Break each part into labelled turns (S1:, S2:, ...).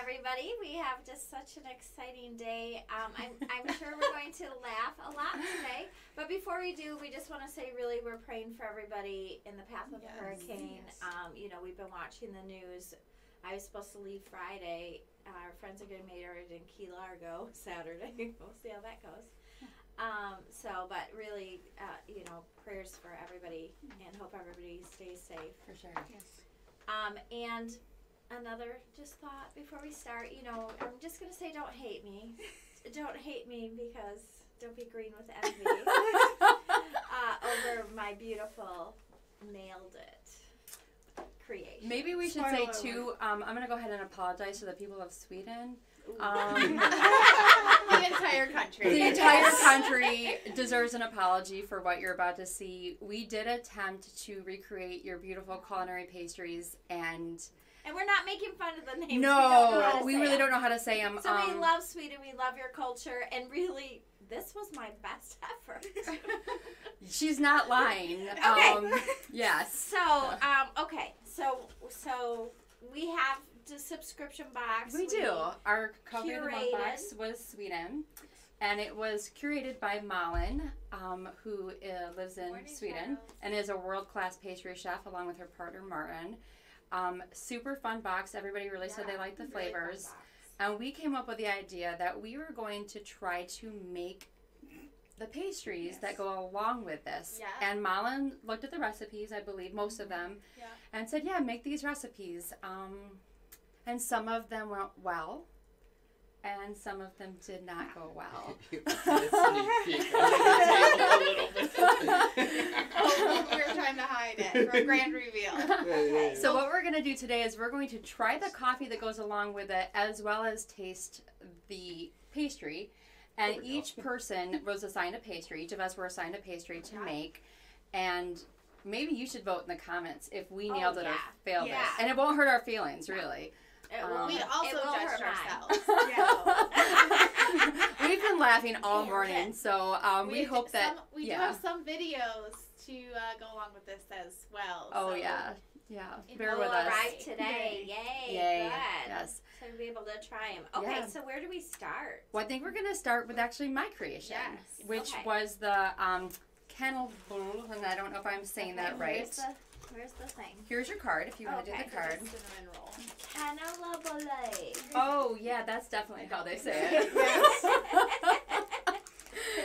S1: everybody. We have just such an exciting day. Um, I'm, I'm sure we're going to laugh a lot today. But before we do, we just want to say really we're praying for everybody in the path of
S2: Yes.
S1: the hurricane.
S2: Yes.
S1: Um, you know, we've been watching the news. I was supposed to leave Friday. Our friends are getting married in Key Largo Saturday. we'll see how that goes. Um, so, but really, uh, you know, prayers for everybody and hope everybody stays safe.
S2: For sure. Yes.
S1: Um, and another just thought before we start, you know, I'm just gonna say don't hate me. Don't hate me because don't be green with envy uh, over my beautiful nailed it creation.
S3: Maybe we should say
S4: Spoiler
S3: too.
S4: alert.
S3: Um, I'm gonna go ahead and apologize to the people of Sweden.
S1: Ooh.
S3: Um,
S4: the entire country.
S3: the entire country deserves an apology for what you're about to see. We did attempt to recreate your beautiful culinary pastries, and
S1: and we're not making fun of the names. we don't know how
S3: no,
S1: to
S3: we,
S1: say
S3: really
S1: it.
S3: don't know how to say um, them.
S1: So we love Sweden. We love your culture, and really, this was my best effort.
S3: she's not lying.
S1: Okay.
S3: Um, yes.
S1: So, um, okay, so so we have the subscription box. Uh,
S3: We do. Our cover of the month
S1: Curated.
S3: box was Sweden, and it was curated by Malin, um, who uh, lives in
S4: Morning,
S3: Sweden
S4: Kyle.
S3: and is a world class pastry chef along with her partner Martin. Um, super fun box. Everybody really said they liked the flavors. and we came up with the idea that we were going to try to make the pastries that
S4: Yes.
S3: go along with this.
S4: Yeah.
S3: And Malin looked at the recipes, I believe, most of them,
S4: Yeah.
S3: and said, Yeah, make these recipes. Um, and some of them went well, and some of them did not go well.
S4: Oh, we were trying to hide it for a grand reveal.
S3: So, what we're going to do today is we're going to try the coffee that goes along with it as well as taste the pastry.
S5: There
S3: And
S5: we go.
S3: each person was assigned a pastry. Each of us were assigned a pastry to make. And maybe you should vote in the comments if we
S1: Oh,
S3: nailed it or
S1: yeah.
S3: failed it.
S4: Yeah.
S3: And it won't hurt our feelings, really.
S1: It
S3: Um,
S4: we
S1: it
S4: also
S1: will hurt
S4: judged
S1: mine.
S4: ourselves.
S3: We've been laughing all
S4: Nailed
S3: morning,
S4: it.
S3: so um, we,
S4: d-
S3: hope that.
S4: some, we
S3: yeah.
S4: do have some videos to uh, go along with this as well.
S3: oh,
S4: so-
S3: yeah. Yeah.
S4: It
S3: Bear
S1: will
S3: with us.
S1: arrive today. Yay.
S3: Yay.
S1: Good.
S3: Yes.
S1: So we'll be able to try them. Okay,
S3: Yeah.
S1: so where do we start?
S3: Well, I think we're gonna start with actually my creation,
S4: Yes.
S3: which
S1: Okay.
S3: was the um, kennel bull, and I don't know if I'm saying
S1: Okay,
S3: that right.
S1: Where's the, where's the thing?
S3: Here's your card if you want to
S1: Okay.
S3: do the card.
S4: Cinnamon roll.
S1: Cannellabole.
S3: Oh yeah, that's definitely how they say
S4: Yes.
S3: it.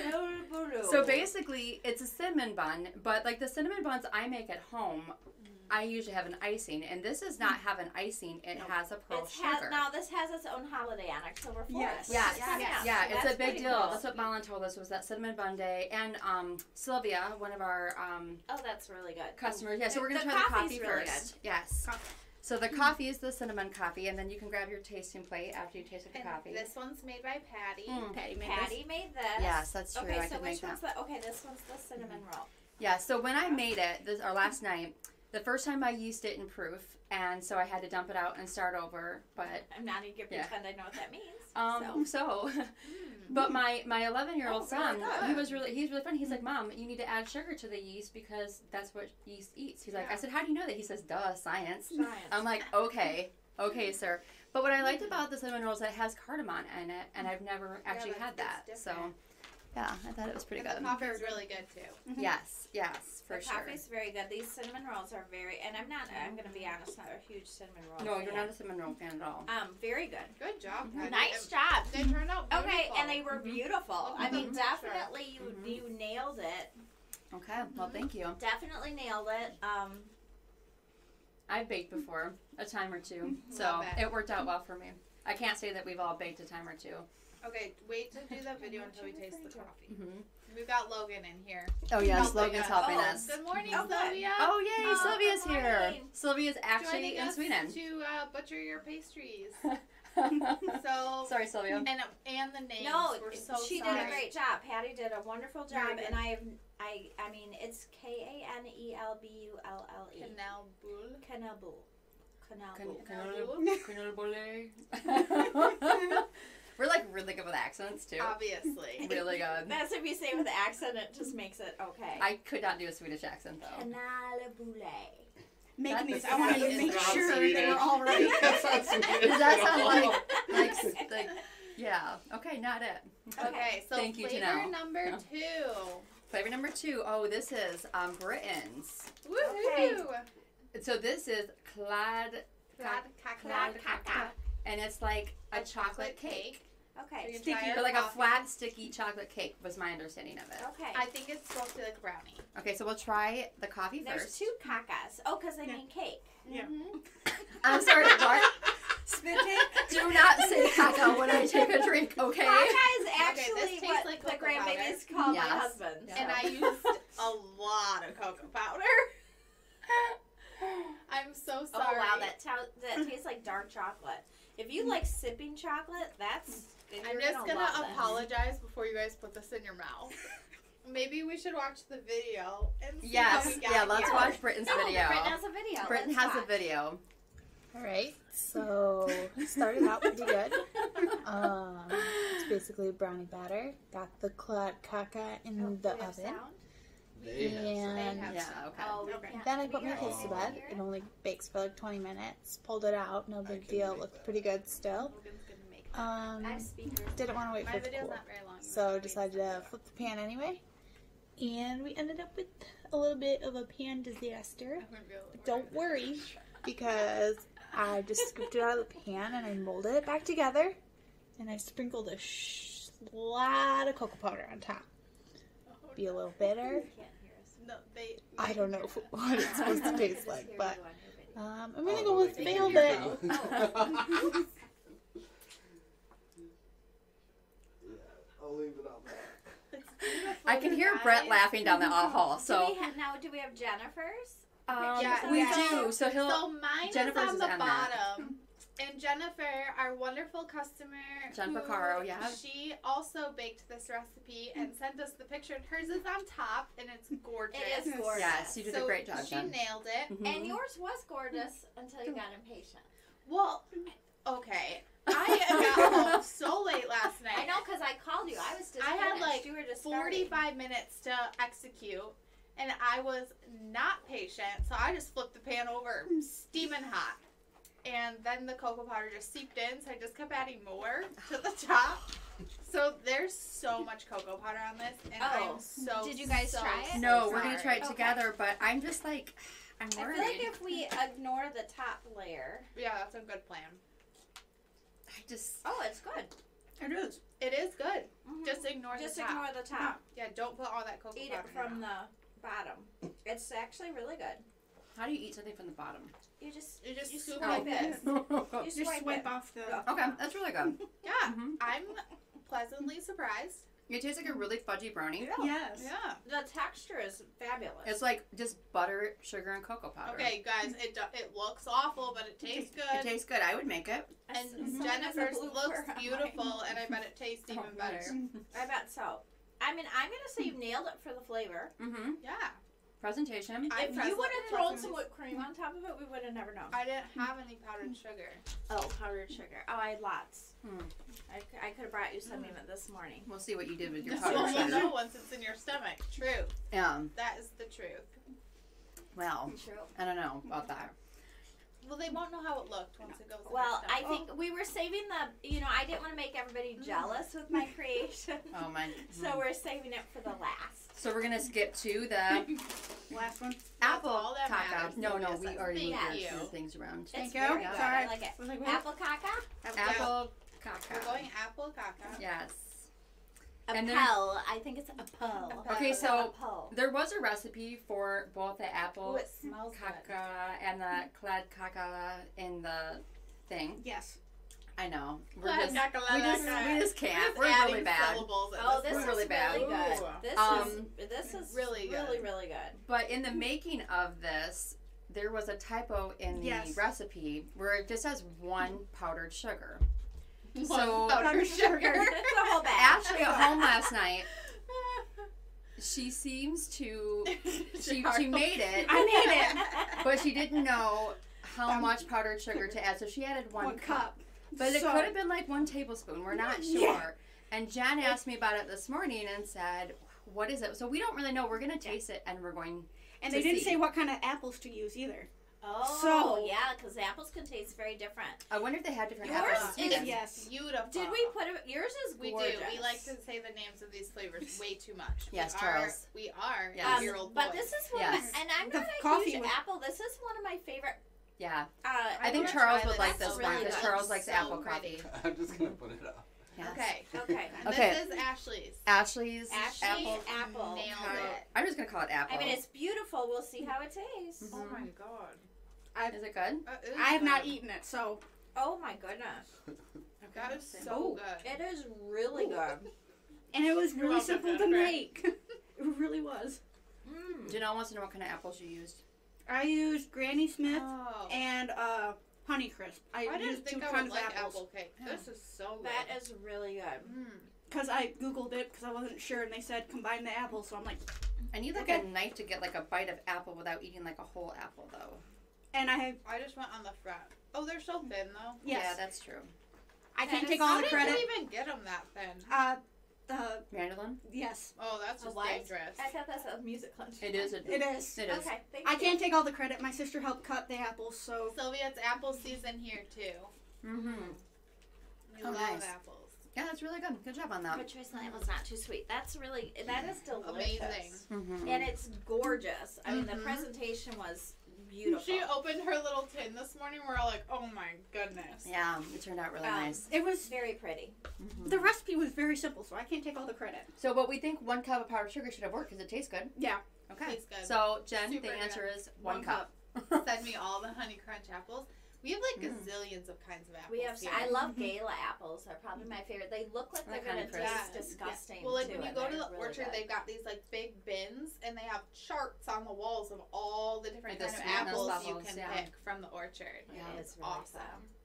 S1: Cannellabole.
S3: so basically, it's a cinnamon bun, but like the cinnamon buns I make at home,
S1: Mm.
S3: I usually have an icing, and this does not have an icing. It has a pearl
S1: It's has,
S3: Oh, sugar.
S1: now Mm. this has its own holiday on October 4th.
S2: Yes.
S3: Yes.
S1: Yeah,
S4: Yes.
S3: Yeah,
S1: so
S3: it's
S1: that's
S3: a big
S1: pretty
S3: deal.
S1: cool.
S3: That's what Malin told us was that cinnamon bun day, and um, Sylvia, one of our um,
S1: Oh, that's really good.
S3: customers. Yeah, so we're gonna
S1: The
S3: try the
S1: coffee's
S3: coffee
S1: really
S3: first. Yes.
S4: Coffee.
S3: So the coffee is the cinnamon coffee, and then you can grab your tasting plate after you tasted the
S4: And
S3: coffee.
S4: This one's made by Patty.
S3: Mm.
S2: Patty made
S1: Patty made this.
S3: Yes, that's true.
S1: Okay,
S3: I
S1: so
S3: could make
S1: which
S3: that.
S1: one's the okay? This one's the cinnamon roll.
S3: Yeah. So when I made it, this or last night, the first time I used it in proof, and so I had to dump it out and start over. But
S1: I'm not even gonna
S3: Yeah.
S1: pretend I know what that means.
S3: um, so, but my my 11 year old
S4: Mm. Oh, Mm. really
S3: son, he
S4: good.
S3: was really he's really funny. He's like, Mom, you need to add sugar to the yeast because that's what yeast eats. He's like, I
S4: Yeah.
S3: said, How do you know that? He says, Duh, science.
S1: so,
S3: I'm like, okay, okay,
S4: Mm.
S3: sir. But what I liked
S4: Mm-hmm.
S3: about the cinnamon roll is that it has cardamon in it, and I've never actually
S4: that's-
S3: had that.
S4: that's
S3: So,
S4: different.
S3: yeah, I thought it was pretty
S4: And
S3: good.
S4: the coffee's really good too.
S3: Yes, yes, for
S1: the
S3: sure.
S1: coffee's very good. These cinnamon rolls are very, and I'm not. I'm gonna be honest. Not a huge cinnamon roll.
S3: No, you're
S1: fan.
S3: not a cinnamon roll fan at all.
S1: Um, very good.
S4: Good job, Patty.
S1: Mhm. Nice job.
S4: They turned out beautiful.
S1: Okay, and they were
S3: Mhm.
S1: beautiful. I
S4: Mhm.
S1: mean,
S4: Mhm. Sure.
S1: definitely
S3: Mhm.
S1: you you nailed it.
S3: Okay,
S4: Mm-hmm.
S3: well, thank you.
S1: Definitely nailed it. Um,
S3: I've baked before, a time or two, so
S4: Mm-hmm. Love it.
S3: it worked out well for me. I can't say that we've all baked a time or 2
S4: Okay, wait to do that video until we taste the coffee.
S3: Mm-hmm.
S4: We've got Logan in here.
S3: Oh yes,
S4: Helping
S3: Logan's
S4: us.
S3: helping
S1: Oh,
S3: us.
S4: Good morning,
S1: Oh, good.
S4: Sylvia.
S3: Oh yay,
S1: Oh,
S3: Sylvia's
S1: good
S3: here.
S1: morning.
S3: Sylvia's actually
S4: Joining
S3: in
S4: us
S3: Sweden.
S4: to uh, butcher your pastries. So
S3: Sorry, Sylvia.
S4: and and the names.
S1: no,
S4: we're so
S1: she
S4: sorry.
S1: did a great job. Patty did a wonderful job,
S4: Very good.
S1: and I, I, I mean, it's K A N E L B U L L E.
S4: Canal Bull.
S1: Kanabu. Kanabu.
S3: Can-
S4: Canal
S3: We're like really good with accents too.
S4: Uh, Obviously.
S3: really good.
S1: That's if you say it with an accent, it just makes it okay.
S3: I could not do a Swedish accent though.
S1: Kanalabule.
S2: Making
S3: That's
S2: these, I want to
S3: the
S2: make
S3: sound
S2: sure
S5: Swedish.
S2: they're all right.
S5: That sounds Swedish
S3: Does that
S5: at
S3: sound
S5: all.
S3: like- like, like, yeah. Okay, not it.
S4: Okay, so
S3: Thank you,
S4: flavor
S3: Janelle.
S4: number
S3: No.
S4: two.
S3: Flavor number two. Oh, this is um, Britain's.
S4: Woohoo!
S3: So this is Clad,
S4: Clad caca.
S1: Clad
S3: caca. and it's like a, chocolate, cake,
S1: Okay.
S4: Drink
S3: sticky,
S4: Entire
S3: but like a
S4: coffee.
S3: flat sticky chocolate cake was my understanding of it.
S1: Okay.
S4: I think it's supposed to be like a brownie.
S3: Okay, so we'll try the coffee
S1: There's
S3: first.
S1: two cacas. Oh, because they
S2: Yeah.
S1: mean cake.
S2: Yeah.
S4: Mhm.
S3: I'm sorry, Bart.
S2: Spit cake?
S3: Do not say caca when I take a drink, okay?
S1: Caca is
S4: Okay,
S1: actually
S4: this tastes
S1: what
S4: like
S1: the
S4: cocoa
S1: grandbabies call my
S3: Yes.
S1: husband.
S3: Yeah.
S4: And I used a lot of cocoa powder. I'm so sorry.
S1: Oh wow, that ta- that tastes like dark chocolate. If you like sipping chocolate, that's. then
S4: I'm
S1: you're
S4: just
S1: gonna,
S4: gonna,
S1: love this.
S4: apologize before you guys put this in your mouth. Maybe we should watch the video and see how
S3: Yes,
S4: we got
S3: yeah, let's
S4: here.
S3: watch Britain's
S1: No,
S3: video.
S1: Britain has a video.
S3: Britain
S1: Let's
S3: has a
S1: watch. Oh,
S3: video.
S5: All right, so started out pretty good. Um, it's basically brownie batter. Got the clod caca in
S1: Oh,
S5: the
S1: we have
S5: oven,
S1: sound?
S6: They have some.
S5: and
S4: They have
S3: Yeah,
S4: some.
S3: okay.
S1: Oh, we
S4: Okay.
S1: can't-
S5: then I
S1: we
S5: put my
S1: can't
S5: kids to
S1: really
S5: bed.
S1: hear
S5: It only bakes for like 20 minutes. Pulled it out, no
S6: I
S5: big
S6: can
S5: deal.
S6: make
S5: Looked
S6: that.
S5: pretty good still.
S4: Logan's gonna make that.
S5: Um,
S1: I have speakers.
S5: didn't want to wait for
S4: My
S5: it to
S4: video's
S5: cool,
S4: not very long.
S5: so
S4: Maybe
S5: decided
S4: it's-
S5: to flip the pan anyway. And we ended up with a little bit of a pan disaster.
S4: I wouldn't be able to
S5: Don't
S4: order
S5: worry, because I just scooped it out of the pan and I molded it back together, and I sprinkled a sh- lot of cocoa powder on top.
S4: that. Oh,
S5: Be a little bitter.
S1: You can't hear us.
S4: No, they.
S5: I don't know what it's supposed to taste like, but um, I'm gonna
S6: Oh,
S5: go
S6: they
S5: with
S6: can hear
S5: velvet.
S6: you.
S4: Oh.
S6: Yeah, I'll leave it up there.
S4: It's beautiful,
S3: I can hear
S4: guys.
S3: Brett laughing down the uh, hall,
S1: So
S3: so
S1: we ha- now, do we have Jennifer's?
S3: um,
S4: Yeah,
S3: we
S4: yeah.
S3: do. So he'll.
S4: So mine
S3: Jennifer's
S4: is on
S3: is
S4: the
S3: on that.
S4: bottom. And Jennifer, our wonderful customer,
S3: Jen
S4: who-
S3: Porcaro, yeah.
S4: She also baked this recipe and sent us the picture. And hers is on top, and it's gorgeous.
S1: It is gorgeous.
S3: yes, you did a
S4: So
S3: great job,
S4: She
S3: Jen.
S4: nailed it.
S3: Mhm.
S1: And yours was gorgeous until you got impatient.
S4: Well, okay. I got home so late last night.
S1: I know because I called you. I was just.
S4: I had,
S1: finished.
S4: like,
S1: you were just starting.
S4: 45 minutes to execute, and I was not patient, so I just flipped the pan over, steaming hot. And then the cocoa powder just seeped in, so I just kept adding more to the top. So there's so much cocoa powder on this, and
S1: Oh.
S4: I'm so
S1: Did you guys
S4: so,
S1: try it?
S4: so
S3: No, we're gonna
S4: sorry.
S3: try it
S1: Okay.
S3: together, but I'm just like, I'm
S1: I
S3: worried.
S1: feel like if we ignore the top layer,
S4: Yeah, that's a good plan.
S3: I just.
S1: oh, it's good.
S2: It is.
S4: It is good.
S1: Mhm.
S4: Just ignore
S1: Just
S4: the top.
S1: ignore the top.
S4: Yeah, don't put all that cocoa
S1: Eat
S4: powder
S1: it from
S4: in.
S1: the bottom. It's actually really good.
S3: How do you eat something from the bottom?
S1: You just
S4: You just
S1: you
S4: scoop
S1: swipe
S4: it.
S1: it.
S3: okay,
S1: You
S2: Just
S1: swipe,
S2: swipe
S1: it.
S2: off the.
S1: Yeah.
S3: that's really good.
S4: Yeah,
S3: hmm
S4: I'm pleasantly surprised.
S3: It tastes like a really fudgy brownie.
S1: Oh,
S2: Yes.
S4: Yeah.
S1: The texture is fabulous.
S3: It's like just butter, sugar, and cocoa powder.
S4: Okay, guys, it do- it looks awful, but it tastes
S3: It
S4: good.
S3: tastes good. I would make it.
S4: and
S1: Someone has a
S4: Jennifer's
S1: blooper
S4: looks
S1: on mine.
S4: beautiful, and I bet it tastes even
S3: Oh,
S4: better.
S1: I bet so. I mean, I'm gonna say you nailed it for the flavor.
S3: Mm-hmm.
S4: Yeah,
S3: Presentation.
S4: I
S1: if you would have thrown
S4: present-
S1: some whipped cream on top of it, we would have never known.
S4: I didn't have any powdered sugar.
S1: Oh, powdered sugar. Oh, I had lots.
S3: Hmm.
S1: I, c- I could have brought you some even this morning.
S3: We'll see what you did with your
S4: You'll
S3: powder
S4: we'll
S3: sugar.
S4: know once it's in your stomach. True,
S3: Um,
S4: that is the truth.
S3: well,
S1: True.
S3: I don't know about that.
S4: Well, they won't know how it looked once it Oh. goes.
S1: Well,
S4: in
S1: I
S4: your stomach.
S1: think we were saving the. You know, I didn't want to make everybody jealous with my creation,
S3: Oh my.
S1: so we're saving it for the last.
S3: So we're gonna skip to the
S2: Oh, Last one.
S3: apple
S4: all that matters.
S3: caca. No, no,
S4: Yes,
S3: we
S4: that's-
S3: already moved
S1: Thank
S3: our-
S4: you. Hmm.
S3: the things around.
S1: It's
S2: Thank you.
S1: very good.
S2: Sorry.
S1: I like it.
S2: I was like, what?
S1: Apple caca,
S3: Apple
S4: We're
S3: caca.
S4: going apple caca.
S3: Yes. And there's-
S1: apple. I think it's apple.
S4: Apple.
S3: Okay, so-
S1: apple.
S3: There was a recipe for both the
S4: Oh,
S3: apple
S4: it smells good.
S3: caca and the clad caca in the thing.
S2: Yes.
S3: I know. We're
S4: Clad
S3: just,
S4: caca,
S3: we
S4: la,
S3: just
S4: la,
S3: we
S4: la.
S3: just can't.
S4: Just
S3: We're
S4: adding
S3: really bad.
S4: syllables at
S1: Oh, this
S4: point.
S1: is
S3: really
S1: really
S3: bad.
S1: good.
S4: Ooh.
S1: This
S3: Um,
S1: is this is
S4: Really good.
S1: really really good.
S3: But in the making of this, there was a typo in the
S2: Yes.
S3: recipe where it just says one powdered sugar.
S4: One
S3: So-
S4: powdered sugar.
S1: it's a whole bag.
S3: Ashley at home last night, she seems to she she made it,
S1: I made it.
S3: but she didn't know how much powdered sugar to add, so she added one,
S2: One cup.
S3: But it
S2: So-
S3: could have been like one tablespoon. We're not sure. And Jen asked me about it this morning and said, "What is it?" So we don't really know. We're gonna taste it and we're going.
S2: And
S3: to
S2: they didn't
S3: see.
S2: say what kind of apples to use either.
S1: Oh,
S2: So-
S1: yeah, because apples can taste very different.
S3: I wonder if they had different
S4: Yours
S3: apples.
S4: is
S3: Yeah.
S2: Yes.
S4: beautiful.
S1: Did we put a, yours is
S4: We
S1: gorgeous.
S4: do. We like to say the names of these flavors way too much.
S3: Yes,
S4: we
S3: Charles.
S4: Are, we are.
S3: Yes.
S4: year
S1: Um,
S4: old
S1: but this is one, of my-
S3: Yes.
S1: and I'm
S2: The
S1: not a
S2: coffee
S1: huge
S2: with-
S1: apple. This is one of my favorite.
S3: Yeah.
S1: Uh,
S3: I,
S4: I
S3: think
S4: wanna
S3: Charles
S4: try
S3: would
S4: this.
S3: like
S1: That's
S3: this
S1: really
S3: one because
S1: good.
S3: Charles likes
S4: So
S3: apple
S4: pretty.
S3: coffee.
S6: I'm just gonna put it up.
S3: Yes.
S4: Okay.
S1: okay.
S4: And
S3: Okay.
S4: this is Ashley's.
S3: Ashley's
S1: Ashley
S3: apple.
S1: apple, apple
S4: nailed
S1: tart.
S4: it.
S3: I'm just gonna call it apple.
S1: I mean, it's beautiful. We'll see how it tastes.
S2: Mm-hmm.
S3: Mhm.
S4: god.
S3: is it good?
S4: That is
S2: I have not
S4: good.
S2: eaten it, so
S1: Oh my goodness,
S4: That is so
S2: Oh.
S4: good.
S1: it is really good.
S2: and it was
S4: You're
S2: really
S4: welcome,
S2: simple to
S4: Jennifer.
S2: make. it really was.
S1: Mm.
S3: Janelle wants to know what kind of apples you used.
S2: I used Granny Smith
S4: Oh.
S2: and uh, Honeycrisp. I,
S4: I didn't
S2: used two
S4: think I would
S2: kinds of
S4: like
S2: apples
S4: apple cake.
S3: Yeah.
S4: This is so good.
S1: That is really good.
S4: Mm.
S2: because I googled it because I wasn't sure, and they said combine the apples. So I'm like,
S3: I need like
S2: Okay.
S3: a knife to get like a bite of apple without eating like a whole apple though.
S2: and I have
S4: I just went on the front. Oh, they're so thin though.
S2: yes,
S3: Yeah, that's true.
S2: I
S1: that
S2: can't
S1: is-
S2: take all
S4: How
S2: the
S4: did
S2: credit.
S4: you even get them that thin?
S2: Uh, the
S3: Mandolin?
S2: yes,
S4: Oh, that's
S1: A
S4: just
S1: what?
S4: dangerous.
S1: I thought that's a music lunch.
S3: It is. A,
S2: it is.
S3: It is.
S1: Okay, thank
S2: I
S1: you.
S2: can't take all the credit. My sister helped cut the apples, so
S4: Sylvia, it's apple season here too.
S3: Mm-hmm.
S4: We
S3: Oh,
S4: love
S3: nice.
S4: apples.
S3: Yeah, that's really good. Good job on
S1: I'm
S3: that.
S1: gonna try something that was not too sweet. That's really that is delicious.
S4: Amazing.
S3: Mm-hmm.
S1: And it's gorgeous. I mean, the
S4: Mhm.
S1: presentation was beautiful.
S4: She opened her little tin this morning. We're all like, oh my goodness.
S3: yeah, it turned out really
S1: Um,
S3: nice.
S2: it was.
S1: very pretty.
S3: Mhm.
S2: The recipe was very simple, so I can't take all the credit.
S3: So, but we think one cup of powdered sugar should have worked because it tastes good.
S2: Yeah.
S3: Okay.
S4: Tastes good.
S3: So, Jen,
S4: Super
S3: the
S4: good.
S3: answer is one,
S2: One
S3: cup.
S4: Send me all the Honey Crunch apples. We have like
S3: Mm.
S4: gazillions of kinds of apples.
S1: We have.
S4: Here.
S1: I love
S4: Mm-hmm.
S1: gala apples. They're probably my favorite. They look like
S3: They're
S1: they're gonna
S3: kinda
S1: taste
S4: crisp.
S1: disgusting.
S4: Well, like
S1: too,
S4: when you
S1: and
S4: go to
S1: they're
S4: the
S1: really
S4: orchard,
S1: good.
S4: they've got these like big bins, and they have charts on the walls of all the different
S3: Like
S4: kind
S3: the
S4: of
S3: sweetness
S4: apples you
S3: levels,
S4: can
S3: yeah.
S4: pick from the orchard.
S3: Yeah.
S1: It
S4: it's
S1: is really
S4: awesome.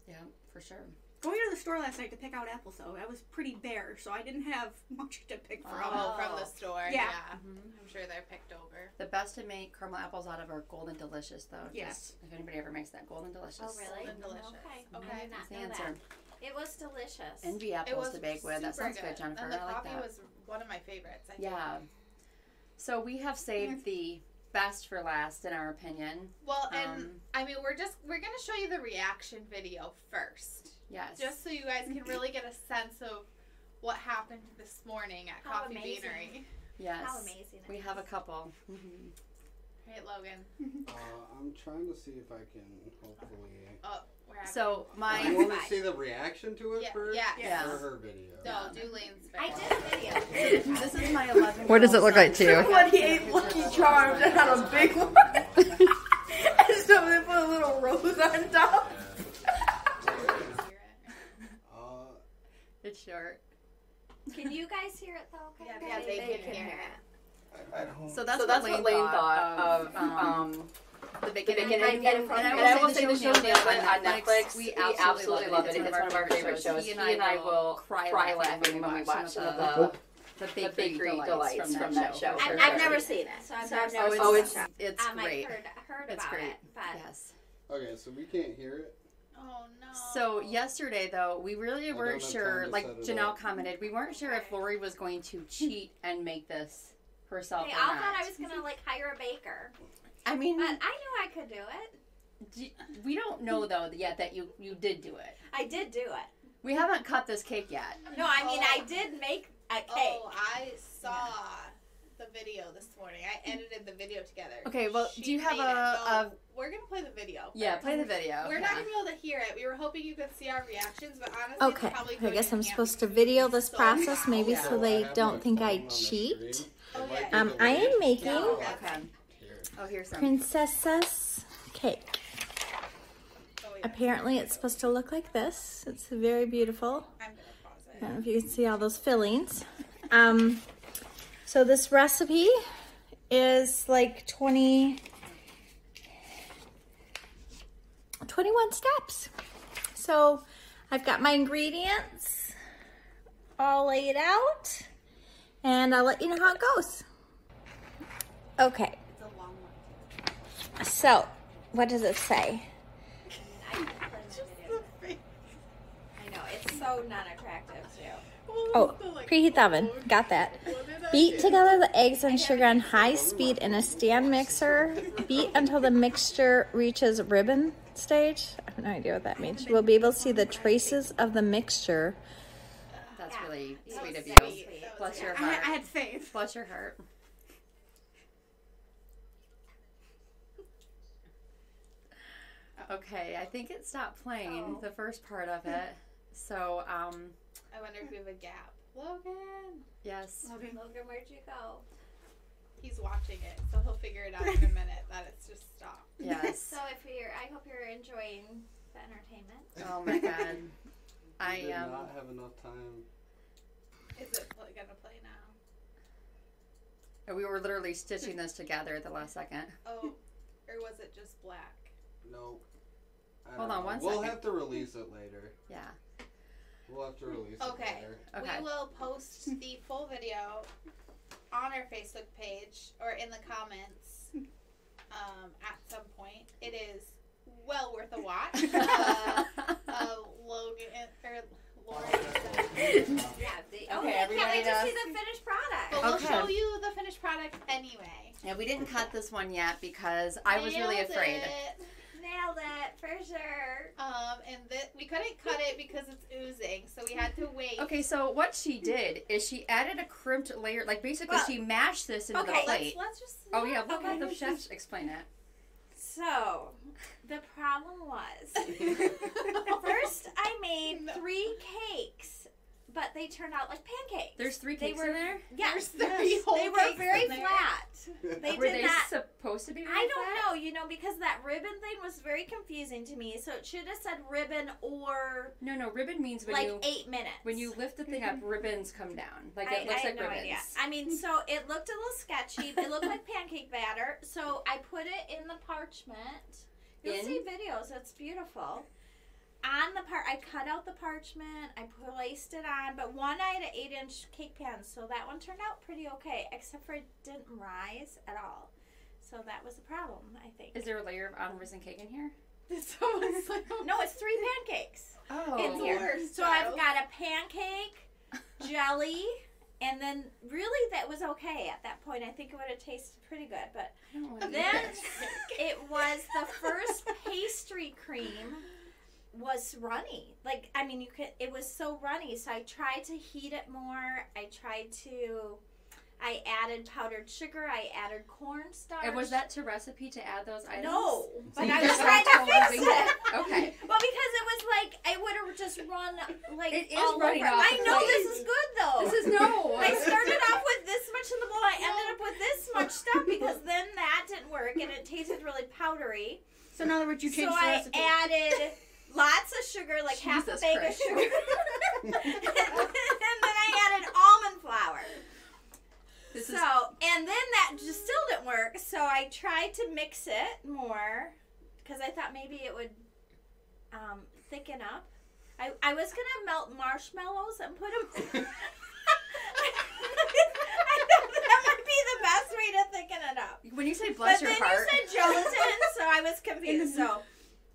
S1: good.
S3: yeah, for sure.
S2: Going to the store last night to pick out apples, though, I was pretty bare, so I didn't have much to pick from.
S4: Oh,
S1: Oh.
S4: from the store.
S2: Yeah.
S4: Yeah.
S3: Mhm.
S4: I'm sure they're picked over.
S3: The best to make caramel apples out of are golden delicious, though. Just
S2: Yes.
S3: if anybody ever makes that, golden delicious.
S1: Oh really?
S4: and delicious.
S1: Okay. I
S4: Okay.
S1: did
S3: That's
S1: not
S3: the
S1: know
S3: answer.
S1: that. It was delicious.
S3: Envy
S4: It
S3: apples
S4: was
S3: to bake with. That
S4: super
S3: sounds good, Jennifer.
S4: And the
S3: I like
S4: coffee
S3: that.
S4: was one of my favorites. I think.
S3: Yeah. So we have
S4: Mm.
S3: saved the best for last, in our opinion.
S4: Well, and
S3: Um,
S4: I mean, we're just we're gonna show you the reaction video first,
S3: yes.
S4: just so you guys can really get a sense of what happened this morning at
S1: How
S4: Coffee
S1: amazing.
S4: Beanery.
S3: yes.
S1: How amazing!
S3: We
S1: it
S3: have a
S1: is.
S3: couple.
S1: Mm-hmm.
S3: Mhm.
S4: Right, Logan.
S6: Uh, I'm trying to see if I can hopefully.
S4: Oh, we're at
S3: So
S6: you
S3: my
S6: want to see the reaction to it
S4: Yeah,
S6: first?
S4: yeah,
S3: Yeah.
S6: Or her video.
S4: no, do Lane's
S1: I
S4: first.
S1: did a video.
S3: this is my 11.
S7: What does it look like to you?
S8: Somebody ate Lucky Charms and had a big one. and so they put a little rose on top.
S6: Uh,
S3: It's short.
S1: Can you guys hear it though? Okay.
S4: Yeah, they can hear
S1: it.
S6: I, I don't.
S3: So that's
S8: So
S3: what
S8: that's
S3: Lane,
S8: what Lane
S3: thought,
S8: thought
S3: of,
S8: of
S3: um,
S8: um,
S3: the
S8: the
S3: beginning.
S8: beginning.
S3: And, and, I will say the show
S8: Nailed
S3: Nailed
S8: It on Netflix.
S3: We absolutely love it. It's one of our favorite shows.
S8: He and I will cry laughing when we watch some of
S3: uh,
S8: the
S3: the
S8: the bakery delights from that show.
S1: I've,
S8: for
S1: I've
S8: sure.
S1: never seen it, so I've never.
S3: Oh, it's
S1: seen
S8: Oh,
S1: it.
S8: it's-
S3: it's
S1: Um,
S3: great.
S1: I've heard, heard
S3: It's
S1: about
S3: great.
S1: it, but
S3: Yes.
S6: Okay, so we can't hear it.
S4: Oh no.
S3: So yesterday though, we really
S6: I
S3: weren't
S6: don't have
S3: sure.
S6: time to
S3: Like
S6: set it
S3: Janelle
S6: up.
S3: commented, we weren't sure if
S1: Okay.
S3: Lori was going to cheat and make this herself
S1: they
S3: or
S1: all
S3: not.
S1: thought I was gonna like hire a baker,
S3: I mean,
S1: but I knew I could do it.
S3: d- we don't know though yet that you you did do it.
S1: I did do it.
S3: We haven't cut this cake yet.
S1: No, I mean I
S4: Oh.
S1: did make a cake.
S4: Oh, I saw the video this morning. I edited the video together.
S3: Okay, well,
S4: She
S3: do you have
S4: made it.
S3: a-
S4: No, we're gonna play the video.
S3: Yeah,
S4: first.
S3: play the video.
S4: We're not
S3: yeah.
S4: gonna be able to hear it. We were hoping you could see our reactions, but honestly, it's
S9: Okay,
S4: probably
S9: I
S4: going
S9: guess
S4: to
S9: I'm
S4: be
S9: supposed to
S4: amplified
S9: video this
S4: so
S9: process
S4: loud.
S9: maybe
S4: Yeah.
S9: so they
S6: I have my
S9: don't think I
S6: phone on the
S9: cheat.
S6: screen.
S4: Oh,
S6: It might
S4: yeah.
S6: be
S9: Um, I am
S6: delayed.
S9: making
S4: No.
S3: Oh, okay.
S6: Here.
S3: Oh, here's some.
S9: princesses cake.
S4: Oh, yeah.
S9: Apparently, it's supposed to look like this. It's very beautiful.
S4: I'm gonna pause
S9: I
S4: it.
S9: don't know if you can see all those fillings. Um, so this recipe is like 20, 21 steps. So I've got my ingredients all laid out and I'll let you know how it goes. Okay. So what does it say?
S1: I did play my video. I know it's so non-attractive too.
S9: Oh, preheat the oven. Got that.
S4: What did I
S9: Beat together the eggs and sugar on high speed in a stand mixer. Beat until the mixture reaches ribbon stage. I have no idea what that means. We'll be able to see the traces of the mixture.
S3: That's really sweet of you.
S1: That was sweet.
S3: Bless your
S2: I, had- I
S3: heart.
S2: had faith.
S3: Bless your heart. Okay, I think it stopped playing the first part of it. So, um,
S4: I wonder if we have a gap. Logan,
S3: yes.
S4: Oh.
S2: Logan.
S1: Logan, where'd you go?
S4: he's watching it, so he'll figure it out in a minute that it's just stopped.
S3: Yes.
S1: So if you're, I hope you're enjoying the entertainment.
S3: Oh my god. I
S6: did
S8: um,
S3: am.
S6: not have enough time.
S4: Is it pl- gonna play now?
S3: We were literally stitching this together at the last second.
S4: Oh, or was it just black?
S6: No. I
S3: Hold
S6: don't
S3: on
S6: know.
S3: one
S6: We'll
S3: second.
S6: have to release it later.
S3: Yeah.
S6: We'll have to release
S4: Okay.
S6: it later.
S3: Okay.
S4: We will post the full video on our Facebook page or in the comments um, at some point. It is well worth a watch. uh, uh, Logan or Lauren.
S1: Yeah. They, okay.
S8: Okay,
S1: Oh, Can't
S8: everybody
S1: wait to
S8: does.
S1: see the finished product.
S4: But we'll
S3: Okay.
S4: show you the finished product anyway.
S3: and we didn't cut this one yet because I was really
S4: Nailed
S3: afraid.
S4: it.
S1: Nailed it for sure.
S4: Um, and th- we couldn't cut it because it's oozing, so we had to wait.
S3: Okay, so what she did is she added a crimped layer, like basically
S1: Well,
S3: she mashed this into the
S1: okay,
S3: plate.
S1: Let's just.
S3: Oh yeah, look
S1: okay.
S3: at the chef explain it.
S1: So, the problem was first I made
S4: No.
S1: three cakes, but they turned out like pancakes.
S3: There's three
S1: They
S3: cakes
S1: were-
S3: in there.
S1: yes,
S4: three
S1: yes,
S4: whole
S1: they were
S4: cakes
S1: very
S4: in there.
S1: flat. They
S3: were
S1: did
S3: they
S1: not
S3: supposed to be?
S1: I don't know, you know, because that ribbon thing was very confusing to me. So it should have said ribbon or
S3: know. No, no. Ribbon means when
S1: like
S3: you
S1: eight minutes.
S3: when you lift the thing up, ribbons come down. Like
S1: I,
S3: it looks
S1: I had
S3: like
S1: no
S3: ribbons.
S1: idea. I mean, so it looked a little sketchy. It looked like pancake batter. So I put it in the parchment. You'll
S3: In?
S1: see videos. It's beautiful. On the part, I cut out the parchment. I placed it on, but one I had an eight-inch cake pan, so that one turned out pretty okay, except for it didn't rise at all. So that was the problem, I think.
S3: Is there a layer of unrisen cake in here?
S4: Someone's like,
S1: No, it's three pancakes.
S3: Oh,
S1: It's
S4: the
S1: here.
S4: worst,
S1: So I've
S4: though.
S1: got a pancake, jelly, and then really that was okay at that point. I think it would have tasted pretty good, but
S3: I don't want to eat
S1: then
S3: this.
S1: it was the first pastry cream was runny. Like I mean, you could it was so runny. So I tried to heat it more. I tried to I added powdered sugar. I added cornstarch.
S3: And was that to recipe to add those items?
S1: no? But
S3: you
S1: I was
S3: just
S1: trying
S3: don't
S1: to
S3: tell
S1: fix
S3: them.
S1: it.
S3: Okay.
S1: Well, because it was like I would have just run like
S3: It is
S1: all
S3: running
S1: over.
S3: off
S1: I
S3: the
S1: know
S3: plate.
S1: this is good though.
S3: This is no.
S1: I started off with this much in the bowl. I ended up with this much stuff because then that didn't work and it tasted really powdery.
S2: So in other words, you
S1: so
S2: changed the
S1: I
S2: recipe.
S1: added lots of sugar, like half a
S3: Jesus
S1: bag
S3: Christ.
S1: of sugar, and then I added almond flour.
S3: This
S1: so
S3: is
S1: and then that just still didn't work. So I tried to mix it more because I thought maybe it would um, thicken up. I, I was gonna melt marshmallows and put them. I thought that might be the best way to thicken it up.
S3: when you say bless
S1: but
S3: your
S1: then
S3: heart.
S1: you said gelatin, so I was confused. So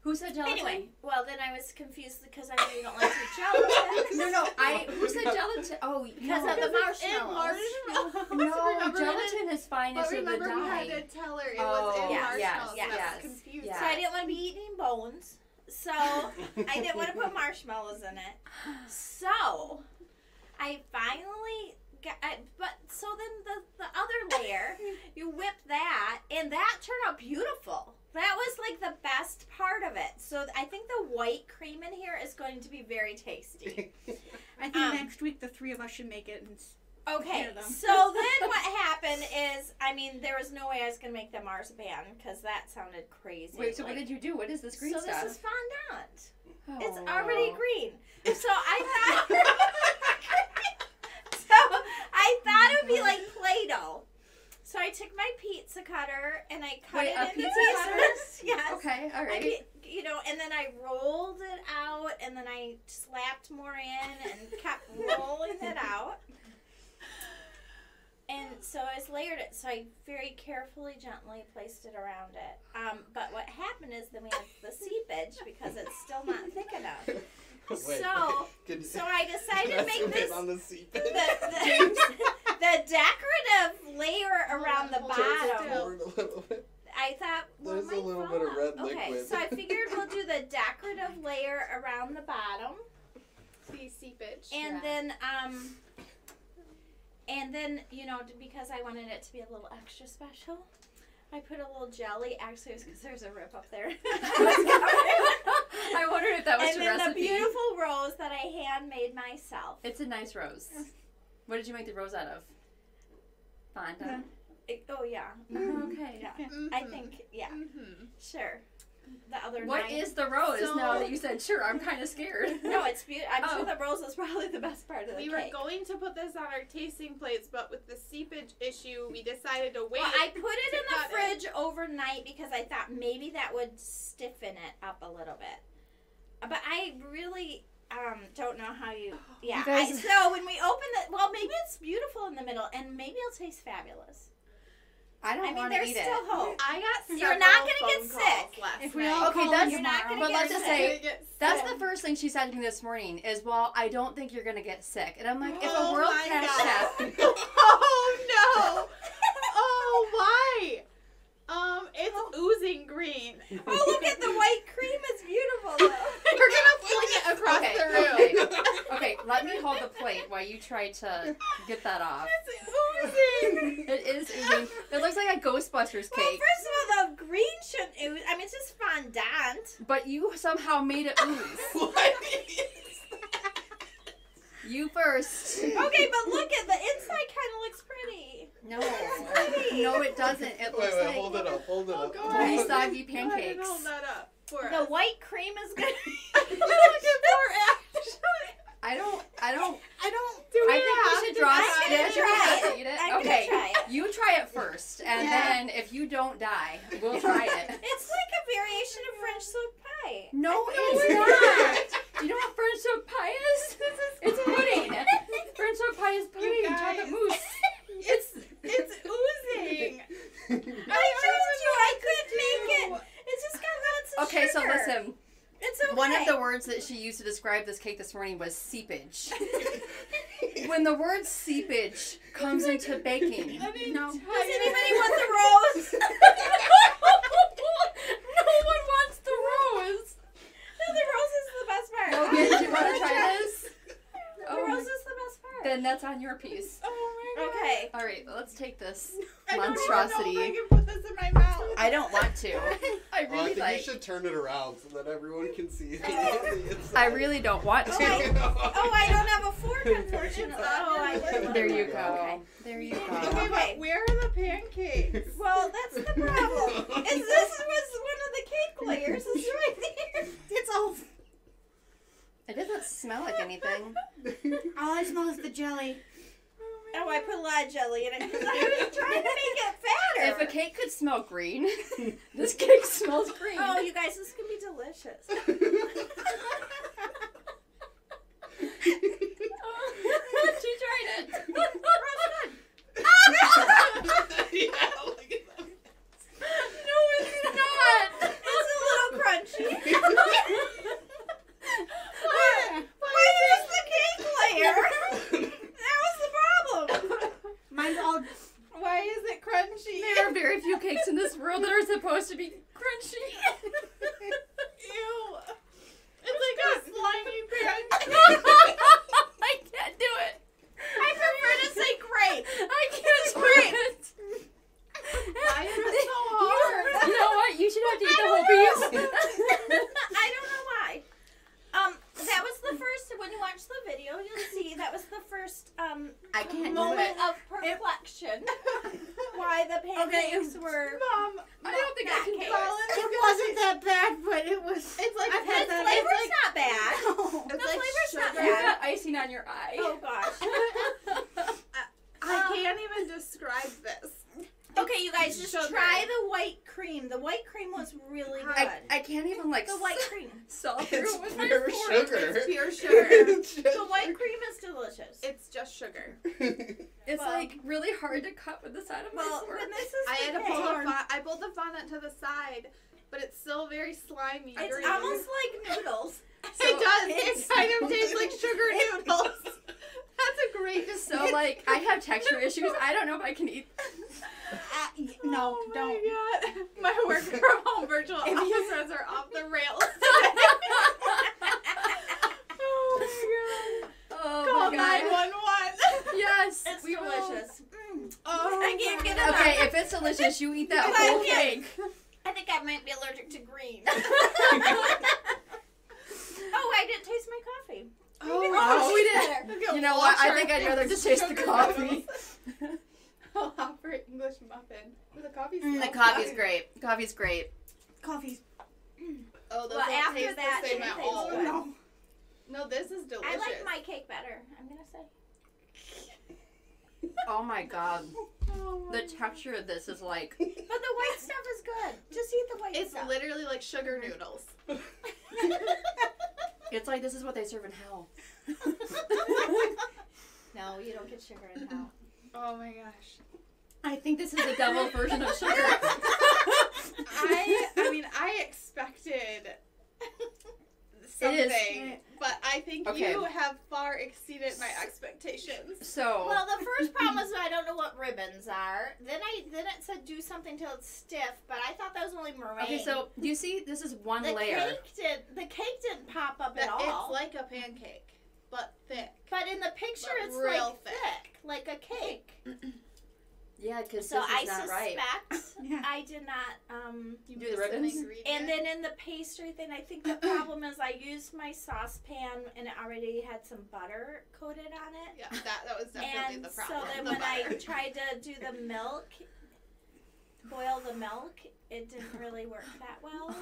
S3: who said gelatin?
S1: anyway, well then I was confused because I really don't like your gelatin.
S3: No, no. I who said gelatin? Oh,
S1: Because
S3: no.
S1: of the marshmallows.
S3: No,
S4: Remember
S3: gelatin is fine
S4: But
S3: as it would
S4: remember, we
S3: die.
S4: had to tell her it was
S3: Oh,
S4: in
S1: yes,
S4: marshmallows.
S1: yes,
S4: that
S3: yes,
S4: was confusing.
S3: yeah.
S1: So I didn't want to be eating bones. So I didn't want to put marshmallows in it. So I finally got. I, but so then the the other layer, you whip that, and that turned out beautiful. That was like the best part of it. So I think the white cream in here is going to be very tasty.
S2: I think
S1: um,
S2: next week the three of us should make it. And s-
S1: Okay,
S2: Hear them.
S1: so then what happened is, I mean, there was no way I was going to make the marzipan because that sounded crazy.
S3: Wait, so what
S1: Like,
S3: did you do? What is this green
S1: so
S3: stuff?
S1: this is fondant.
S3: oh.
S1: It's already green. So I thought. so I thought it would be like Play-Doh. So I took my pizza cutter and I cut
S3: Wait,
S1: it
S3: a
S1: into
S3: pizza
S1: pieces.
S3: cutter?
S1: Yes.
S3: Okay, all
S1: I
S3: right.
S1: did- you know, and then I rolled it out, and then I slapped more in, and kept rolling it out. And so I was layered it. So I very carefully, gently placed it around it. Um, but what happened is then we had the seepage because it's still not thick enough.
S6: Wait,
S1: So-
S6: Can,
S1: So I decided to
S6: That's a
S1: make
S6: bit
S1: this
S6: on the
S1: the,
S6: seepage.
S1: the, the decorative layer around the
S4: Hold it
S1: bottom.
S4: still.
S6: Over it a little bit.
S1: I thought well,
S6: There's a
S1: it might
S6: little
S1: fall
S6: bit of
S1: out.
S6: red
S1: okay,
S6: liquid.
S1: so I figured we'll do the decorative layer around the bottom,
S4: See seepage.
S1: and
S3: Yeah.
S1: then um, and then you know d- because I wanted it to be a little extra special, I put a little jelly. Actually, it was because there's a rip up there.
S3: I wondered if that was
S1: and
S3: your
S1: then
S3: recipe.
S1: the beautiful rose that I handmade myself.
S3: It's a nice rose. What did you make the rose out of? Fonda.
S1: It- oh yeah,
S3: Oh, okay.
S1: Yeah.
S4: Mhm.
S1: I think yeah,
S4: Mhm.
S1: sure. The other
S3: What
S1: nine-
S3: is the rose?
S4: So-
S3: now that you said sure, I'm kind of scared.
S1: No, it's beautiful. I'm
S3: Oh.
S1: sure the rose is probably the best part of the
S4: We
S1: cake.
S4: were going to put this on our tasting plates, but with the seepage issue, we decided to wait.
S1: Well, I put it
S4: to
S1: in the
S4: cut
S1: fridge overnight because I thought maybe that would stiffen it up a little bit. Uh, But I really um, don't know how you. Yeah.
S3: You guys-
S1: I, so when we open it, well, maybe it's beautiful in the middle, and maybe it'll taste fabulous.
S3: I
S1: I
S3: don't
S1: mean,
S3: want to
S1: there's
S3: eat
S1: still
S3: it.
S1: hope.
S4: I got.
S1: You're not
S4: several
S1: gonna get
S4: phone calls
S1: sick.
S4: Last
S2: If we
S4: night.
S2: all
S3: Okay,
S2: call
S3: that's
S1: You're not
S3: tomorrow.
S1: gonna
S3: But
S1: get
S3: let's just
S1: sick.
S3: say
S4: Gonna get
S3: that's
S4: sick.
S3: the first thing she said to me this morning is, "Well, I don't think you're gonna get sick," and I'm like, "If
S4: Oh
S3: a world
S4: my
S3: class
S4: God.
S3: chef."
S4: oh no! Oh why? Um, it's oozing green. We're
S1: Oh, look at the white cream. It's beautiful, though.
S4: gonna fling it across
S3: Okay,
S4: the room.
S3: okay, okay. Let me hold the plate while you try to get that off.
S4: It's oozing.
S3: It is. oozing. It looks like a Ghostbusters
S1: Well,
S3: cake,
S1: first of all, the green shouldn't ooze. I mean, it's just fondant.
S3: but you somehow made it ooze.
S6: What?
S3: You first.
S1: Okay, but look at the inside. Kind of looks pretty.
S3: No, no, it doesn't. It
S6: Wait,
S3: looks
S6: wait,
S3: like
S6: hold it up, hold it
S4: Oh,
S6: up.
S4: go
S3: three
S4: ahead.
S3: soggy
S4: Go ahead and
S3: pancakes.
S4: hold that up for
S1: The
S4: us.
S1: white cream is good.
S4: I'm looking for action.
S3: I don't. I don't.
S4: I don't do
S3: I
S4: it.
S3: think we should draw.
S1: I can
S3: yeah, should we
S1: try
S3: have
S1: it.
S3: to eat it?
S1: I can
S3: okay,
S1: try it.
S3: you try it first, and
S4: Yeah.
S3: then if you don't die, we'll try it.
S1: It's like a variation of French soap pie.
S3: No, it's
S4: we're
S3: not. Do you know what French soap pie is? It's pudding. French soap pie is pudding. Chocolate
S4: guys.
S3: mousse. It's
S4: It's oozing.
S1: I told you I could make it. It's just got lots of
S3: okay. So
S1: sugar.
S3: listen.
S1: It's okay.
S3: One of the words that she used to describe this cake this morning was seepage. when the word seepage comes into baking,
S2: No.
S1: Does anybody want the rose? no one wants the rose. No, the rose is the best part.
S3: Logan, do you want to try this?
S1: The
S3: Oh my-
S1: rose is the best part.
S3: Then that's on your piece.
S4: Oh my god.
S1: Okay.
S3: All right, let's take this
S4: I don't even know if I
S3: monstrosity.
S4: can put this in my mouth.
S3: I don't want to. I
S6: Well, I
S3: really
S6: think you
S3: like.
S6: should turn it around so that everyone can see. the inside.
S3: I really don't want
S1: Oh, I-
S3: to.
S1: Oh, I don't have a fork, unfortunately. Oh, I would.
S3: There you
S1: Okay.
S3: go. There you go.
S4: Okay,
S1: Okay.
S4: but where are the pancakes?
S1: Well, that's the problem. Is this was one of the cake layers? It's right there.
S2: It's all.
S3: It doesn't smell like anything.
S2: All I smell is the jelly.
S1: Oh, I put a lot of jelly in it because I was trying to make it fatter.
S3: If a cake could smell green, this cake smells green.
S1: oh, you guys, this could be delicious. Oh.
S3: she tried it.
S6: yeah, look at that.
S3: No, it's not.
S1: It's a little crunchy. Where is the cake layer? That was the problem.
S2: Mine's all.
S4: Why is it crunchy?
S3: There are very few cakes in this world that are supposed to be crunchy.
S4: Ew. It's like a slimy crunch.
S3: I can't do it.
S1: I prefer to say grape.
S3: I can't do it.
S4: Why is it so hard?
S3: You know what? You should have to eat the whole piece.
S1: I don't know why. Um, that was the first. When you watch the video, you'll see that was the first um
S3: I can't
S1: moment of perplexion. why the pancakes were.
S4: Mom,
S3: I don't think I can do
S1: Well,
S3: it.
S2: It wasn't that bad, but it was.
S4: it's like
S2: I've had
S1: The
S2: that.
S1: flavor's not bad.
S2: No.
S1: The flavor's not
S3: You
S1: bad.
S3: got icing on your eye.
S1: Oh gosh.
S4: I can't even describe this.
S1: Okay, you guys, just
S4: Sugar.
S1: try the white cream. The white cream was really good.
S3: I, I can't even like
S1: the white cream.
S3: saw through
S6: It's
S3: it with my
S6: pure
S3: fork.
S6: sugar.
S4: It's pure sugar.
S6: It's
S1: The white cream is delicious.
S4: it's just sugar.
S6: just-
S3: It's
S1: Well-
S3: like really hard to cut with the side of my
S1: well,
S3: fork.
S1: when this is
S4: I had to
S1: the
S4: pull the
S1: cake,
S4: fond- I pulled the fondant to the side, but it's still very slimy.
S1: It's
S4: green.
S1: almost like noodles.
S4: it does. It kind of tastes like sugar noodles. That's a great
S3: So like I had have texture issues. I don't know if I can eat.
S2: Uh, y- no, don't.
S4: oh My work from home virtual officers are off the rails.
S3: Oh
S4: Call
S3: my god.
S4: 911.
S3: Yes.
S1: It's delicious.
S4: Oh,
S1: I can't get enough.
S3: Okay, if it's delicious, you eat that whole thing.
S1: I think I might be allergic to green. oh, I didn't taste my coffee.
S4: Oh,
S3: Oh, we did.
S1: Better.
S4: Okay,
S3: You know what? I
S4: watch
S3: think
S4: her.
S3: I'd rather just taste the
S4: Sugar
S3: coffee.
S4: I'll opt for English muffin. The coffee.
S3: the coffee's great. Coffee's great.
S2: Coffee's
S4: Oh, those
S1: Well,
S4: don't
S1: after
S4: taste
S1: that,
S4: the same at
S1: anything's
S4: all.
S1: good.
S4: No. No, this is delicious.
S1: I like my cake better. I'm gonna say.
S3: Oh my god. The texture of this is like
S1: But the white stuff is good. Just eat the white
S4: It's
S1: stuff.
S4: literally like sugar noodles.
S3: it's like this is what they serve in hell.
S1: no, you don't get sugar in hell.
S4: Oh my gosh.
S3: I think this is the devil version of sugar.
S4: I I mean I expected something, but I think
S3: Okay.
S4: you have far exceeded my expectations.
S3: So
S1: Well, the first problem was I don't know what ribbons are. Then I then it said do something till it's stiff, but I thought that was only meringue.
S3: okay, so you see, this is one
S1: the
S3: layer.
S1: cake did the cake didn't pop up at
S4: That
S1: all.
S4: It's like a pancake, but thick.
S1: but in the picture,
S4: but
S1: it's
S4: real
S1: like thick, like a cake.
S3: Yeah, because
S1: So
S3: this is
S1: I
S3: not right.
S1: suspect
S2: Yeah.
S1: I did not. Um,
S4: You
S3: Do the
S4: missed an
S3: ribbons?
S4: ingredient.
S1: and then in the pastry thing, I think the problem is I used my saucepan and it already had some butter coated on it.
S4: yeah, that that was definitely
S1: And
S4: the
S1: so
S4: problem.
S1: then
S4: the
S1: when I
S4: butter.
S1: tried to do the milk, boil the milk, it didn't really work that well.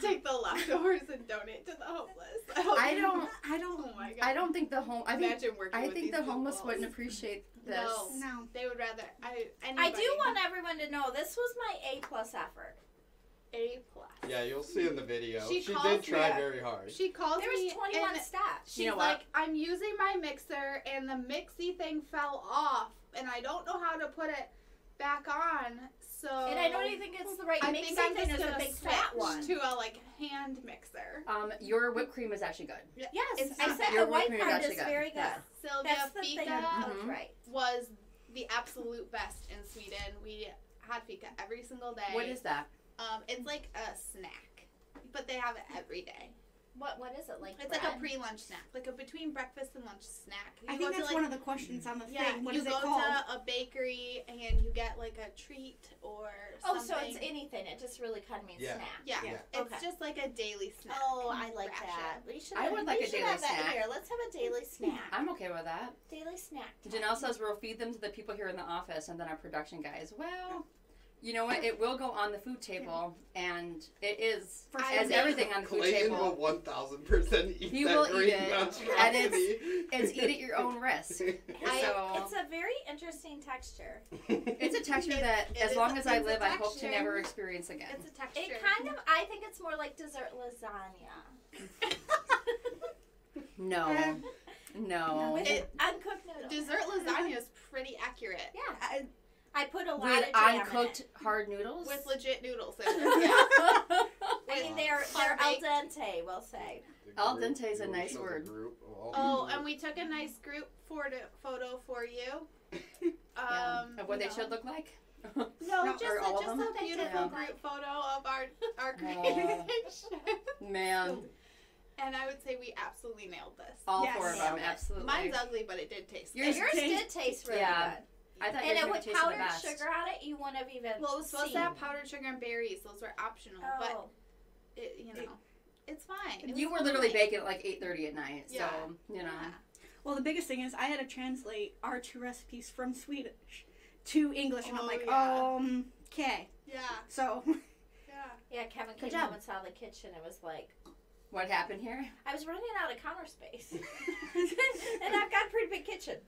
S4: take the leftovers and donate to the homeless.
S3: I don't.
S2: I don't.
S4: Oh my god.
S3: I don't think the home. I think.
S4: Imagine working
S3: I
S4: with
S3: think
S4: these
S3: the homeless
S4: goofballs.
S3: wouldn't appreciate this.
S4: No.
S2: No.
S4: They would rather. I.
S1: I
S4: Anybody.
S1: do want everyone to know this was my A plus effort.
S4: a plus.
S6: Yeah, you'll see in the video.
S4: She
S6: She,
S4: calls
S6: did try
S4: me.
S6: very hard.
S4: She called
S1: There
S4: me
S1: was 21
S4: and
S1: steps.
S4: she's
S3: You know what?
S4: like, "I'm using my mixer and the mixy thing fell off, and I don't know how to put it back on." So
S1: And I don't even think it's the right
S4: I
S1: mixing
S4: think I'm
S1: thing.
S4: just
S1: It's a
S4: gonna
S1: big
S4: switch
S1: fat one.
S4: to a like hand mixer.
S3: Um, your whipped cream is actually good.
S1: Yes,
S4: It's
S1: I
S4: not-
S1: said
S3: your
S1: the white
S3: working
S1: part
S3: actually
S1: is
S3: got-
S1: very good.
S3: yeah.
S4: Sylvia
S1: That's the thing.
S4: Fika
S1: I
S3: Mhm.
S1: both right.
S4: was the absolute best in Sweden. We had fika every single day.
S3: What is that?
S4: Um, it's like a snack, but they have it every day.
S1: What what is it like?
S4: It's like a pre-lunch snack, like a between breakfast and lunch snack.
S2: I
S4: You
S2: think
S4: go
S2: that's
S4: to, like,
S2: one of the questions on the
S4: yeah.
S2: thing. What
S4: you
S2: is it
S4: go
S2: called?
S4: to a bakery and you get like a treat or
S1: Oh,
S4: something.
S1: so it's anything. It just really kind of means
S6: Yeah.
S1: snack.
S4: yeah.
S6: Yeah.
S4: It's
S1: Okay.
S4: just like a daily snack.
S1: Oh, I like
S4: ration.
S1: that. We should.
S3: I
S1: have-
S3: would like
S1: we
S3: a
S1: should
S3: daily
S1: have that
S3: snack.
S1: Here, let's have a daily snack.
S3: I'm okay with that.
S1: daily snack. time.
S3: Janelle says we'll feed them to the people here in the office and then our production guys. Well, you know what? It will go on the food table and it is
S2: For
S4: I
S3: as
S4: think
S3: everything on the food
S6: Clayton will
S3: table.
S6: one thousand percent eat
S3: He
S6: that
S3: will eat
S6: green
S3: it, and
S6: monstrosity.
S3: it's- It's eat at your own risk.
S1: I-
S3: So-
S1: it's a very interesting texture.
S3: It's a texture
S4: It-
S3: that,
S4: it
S3: as
S4: is-
S3: long as I
S4: it's a
S3: live, I hope to
S4: texture.
S3: never experience again.
S4: It's a texture.
S1: It kind of. I think it's more like dessert lasagna
S3: No, no.
S1: with
S4: It-
S1: uncooked noodles.
S4: Dessert lasagna is pretty accurate
S1: Yeah. I, put a lot
S3: With
S1: of jam
S3: uncooked hard noodles.
S4: with legit noodles. In it.
S1: In
S4: Yeah.
S1: it. I mean, they're
S6: Uh,
S1: they're al
S4: Farm-baked.
S1: dente. We'll say.
S6: The
S3: Al
S6: group-
S3: dente is a
S6: you
S3: nice
S6: show the
S3: word.
S6: group of all
S4: Oh,
S6: people.
S4: and we took a nice group photo photo for you.
S3: Yeah,
S4: Um,
S3: of what
S4: no.
S3: they should look like.
S4: No,
S3: No,
S4: just,
S3: or
S4: a,
S3: all of
S4: just
S3: them?
S4: a beautiful
S3: Yeah.
S4: group photo of our our
S3: Oh.
S4: creation.
S3: Man,
S4: and I would say we absolutely nailed this.
S3: all
S2: Yes.
S3: four of
S1: Yeah.
S3: them, absolutely.
S4: Mine's ugly, but it did taste.
S3: Yours-
S4: good.
S1: Yours did taste really
S3: Yeah.
S1: good.
S3: I thought
S1: and
S3: yours
S1: it
S3: were
S1: with
S3: tasting the
S1: powdered
S3: best.
S1: sugar on it, you wouldn't have even.
S4: Well, it was supposed to
S1: seen.
S4: have powdered sugar and berries. Those were optional, but
S1: Oh,
S4: it, you know, it's fine. It
S3: You
S4: was
S3: were literally
S4: fine.
S3: baking at like 8:30 at night,
S4: Yeah.
S3: so you know.
S4: Yeah.
S2: Well, the biggest thing is I had to translate our two recipes from Swedish to English, and
S4: Oh,
S2: I'm like,
S4: yeah.
S2: um, okay.
S4: Yeah,
S2: So
S4: yeah.
S1: yeah, Kevin
S2: Good
S1: came home
S2: job.
S1: and saw the kitchen. It was like
S3: What happened here?
S1: I was running out of counter space, and I've got a pretty big kitchen.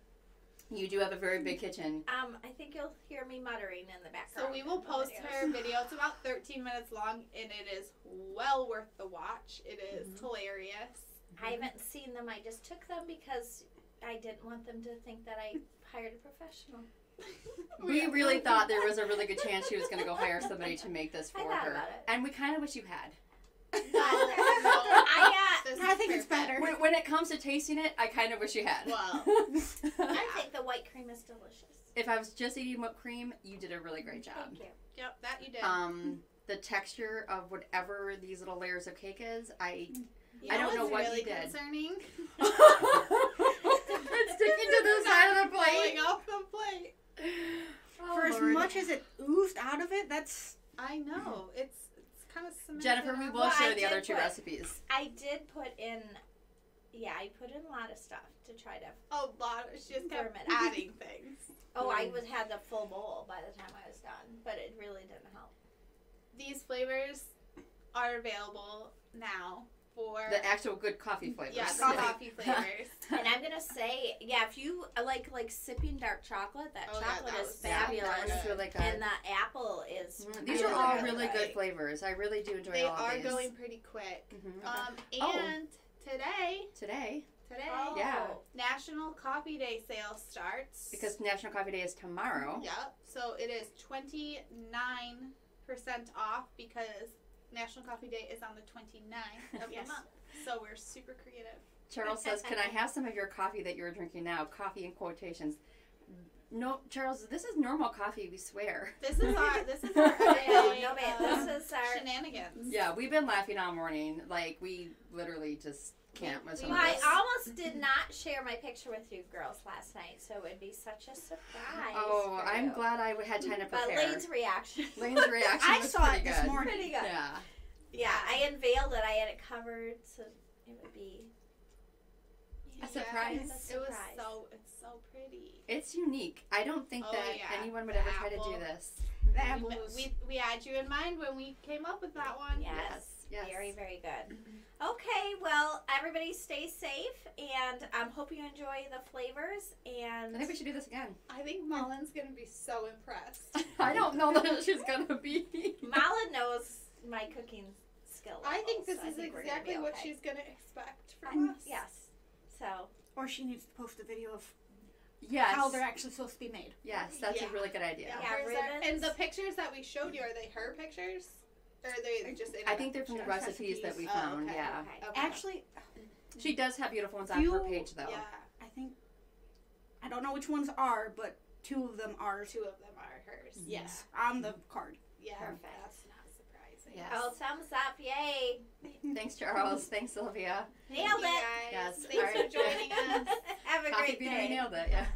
S3: You do have a very big kitchen.
S1: Um, I think you'll hear me muttering in the background.
S4: So we will
S1: in the
S4: post
S1: video.
S4: her video. It's about 13 minutes long, and it is well worth the watch. It is hilarious.
S1: I
S3: Mm-hmm.
S1: haven't seen them. I just took them because I didn't want them to think that I hired a professional.
S3: We really thought there was a really good chance she was going to go hire somebody to make this
S1: I
S3: for
S1: thought
S3: her,
S1: about it.
S3: and we kind of wish you had.
S4: No, no.
S1: I got
S4: This
S2: I I think it's better.
S3: When, when it comes to tasting it, I kind of wish you had.
S4: Wow.
S1: uh, I think the white cream is delicious.
S3: if I was just eating whipped cream, you did a really great job.
S1: Thank you.
S4: Yep, that you did.
S3: Um, the texture of whatever these little layers of cake is, I
S4: You
S3: I don't know
S4: what's
S3: what you
S4: really
S3: did.
S4: Concerning.
S3: it's sticking to the side of the
S4: Falling
S3: plate.
S4: off the plate. Oh,
S2: For as
S3: Oh, Lord.
S2: much as it oozed out of it, that's
S4: I know. It's it's kind of cemented
S3: Jennifer, we
S4: up.
S3: will
S1: Well, I
S3: share the
S1: did
S3: other two
S1: put-
S3: recipes.
S1: I did put in, yeah, I put in a lot of stuff to try to.
S4: a lot. Of, she just kept
S1: Vermin.
S4: adding things.
S1: Oh, I
S3: Mm.
S1: was had the full bowl by the time I was done, but it really didn't help.
S4: These flavors are available now for
S3: The actual good coffee flavors.
S4: yeah the coffee flavors.
S1: And I'm gonna say, yeah, if you like like sipping dark chocolate, that
S4: Oh, yeah,
S1: chocolate
S4: that
S1: is
S4: was-
S3: Yeah,
S1: fabulous,
S3: that was really good.
S1: and the apple is.
S3: Mm, These
S1: really
S3: are all
S1: good.
S3: really good
S4: right?
S3: flavors. I really do enjoy
S4: they
S3: all of
S4: are
S3: these.
S4: going pretty quick.
S3: Mhm.
S4: Um,
S3: Oh.
S4: and today,
S3: Today,
S4: today,
S1: Oh,
S3: Yeah.
S4: National Coffee Day sale starts.
S3: because National Coffee Day is tomorrow.
S4: Yep. So it is 29% off because National Coffee Day is on the 29th of
S2: Yes.
S4: the month. So we're super creative.
S3: Charles says, "Can I have some of your coffee that you're drinking now?" Coffee in quotations. No, Charles, this is normal coffee. We swear.
S4: This is our this is our
S1: No,
S4: everyday,
S1: no, man,
S4: um,
S1: this is our.
S4: shenanigans.
S3: Yeah, we've been laughing all morning. Like we literally just can't with some
S1: Well,
S3: of
S1: I
S3: this.
S1: almost did not share my picture with you girls last night, so it would be such a surprise.
S3: Oh,
S1: for
S3: I'm
S1: you.
S3: glad I had time to
S1: But
S3: prepare.
S1: Lane's reaction.
S3: Lane's reaction
S2: I
S3: was
S2: saw
S3: pretty
S2: it
S3: good.
S2: this morning.
S1: pretty good.
S3: Yeah.
S1: Yeah, I unveiled it. I had it covered, so it would be.
S3: A surprise.
S1: It's a
S4: It was
S1: surprise.
S4: so it's so pretty.
S3: It's unique. I don't think
S4: Oh,
S3: that
S4: yeah.
S3: anyone would
S4: The
S3: ever try to
S4: apple.
S3: do this.
S2: the
S4: We,
S2: apple was.
S4: we we had you in mind when we came up with that one.
S1: Yes.
S3: Yes.
S1: Very, very good.
S4: Mm-hmm.
S1: Okay, well, everybody stay safe, and um, hope you enjoy the flavors. And
S3: I think we should do this again.
S4: I think Mullen's gonna be so impressed.
S3: I don't know that she's gonna be.
S1: Mala knows my cooking skill.
S4: Oh, I think
S1: level,
S4: this
S1: so
S4: is
S1: think we're gonna
S4: exactly
S1: be
S4: what
S1: okay.
S4: she's gonna expect from
S1: I-
S4: us.
S1: yes. So
S2: or she needs to post a video of
S3: Yes.
S2: how they're actually supposed to be made.
S3: Yes, that's a
S4: Yeah.
S3: really good idea.
S4: Yeah,
S1: Yeah,
S4: where's our- and
S1: ribbons.
S4: the pictures that we showed you are they her pictures? Or are they just
S3: I think they're from the
S2: Recipe.
S3: recipes that we
S4: Oh,
S3: found.
S4: okay.
S3: Yeah.
S1: okay.
S4: Okay.
S2: Actually,
S3: She does have beautiful ones on
S2: You-
S3: her page, though.
S4: yeah,
S2: I think I don't know which ones are, but two of them are.
S4: two of them are hers.
S2: Yes, on the card.
S4: Yeah,
S3: Perfect.
S4: that's not surprising.
S3: Yes.
S1: Oh, thumbs up! Yay!
S3: Thanks, Charles. Thanks, Sylvia.
S1: Nailed
S4: Thank you
S1: it.
S4: guys.
S3: Yes.
S4: Thanks
S3: All right.
S4: for joining us.
S1: Have a
S3: Coffee
S1: great
S3: Bean,
S1: day.
S3: we nailed it. Yeah.